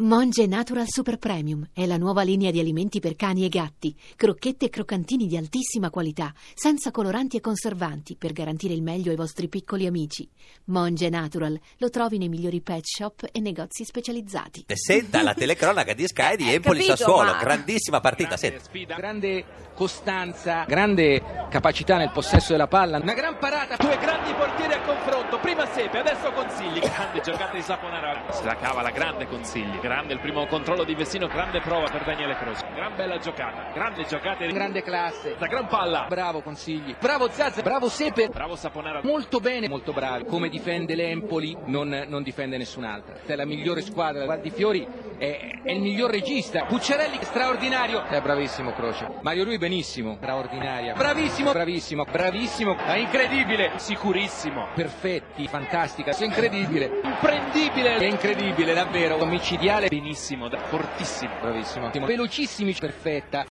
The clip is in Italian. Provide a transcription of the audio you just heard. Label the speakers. Speaker 1: Monge Natural Super Premium è la nuova linea di alimenti per cani e gatti, crocchette e croccantini di altissima qualità, senza coloranti e conservanti, per garantire il meglio ai vostri piccoli amici. Monge Natural lo trovi nei migliori pet shop e negozi specializzati.
Speaker 2: E Senta la telecronaca di Sky di
Speaker 3: Eh,
Speaker 2: Empoli
Speaker 3: capito,
Speaker 2: Sassuolo,
Speaker 3: ma-
Speaker 2: grandissima partita.
Speaker 4: Grande
Speaker 2: Senta.
Speaker 4: sfida, grande costanza, grande capacità nel possesso della palla.
Speaker 5: Una gran parata, due grandi portieri a confronto, prima Sepe, adesso Consigli. Grande giocata di Saponara. Se la cava la grande Consigli, grande il primo controllo di Vessino, grande prova per Daniele Croce. Gran bella giocata, grande giocata di
Speaker 4: Grande classe.
Speaker 5: da gran palla.
Speaker 4: Bravo consigli. Bravo Zazza, bravo Sepe.
Speaker 5: Bravo Saponara.
Speaker 4: Molto bene, molto bravo. Come difende l'Empoli, non, non difende nessun'altra. È la migliore squadra. Guardifiori è, è il miglior regista. Pucciarelli, straordinario. È bravissimo Croce. Mario Rui, benissimo. Straordinaria. Bravissimo, bravissimo, bravissimo.
Speaker 5: È incredibile, sicurissimo.
Speaker 4: Perfetti, fantastica. È incredibile. È
Speaker 5: Imprendibile.
Speaker 4: incredibile, davvero. Omicidiale.
Speaker 5: Benissimo, da- fortissimo.
Speaker 4: Bravissimo. Velocissimi, perfetta.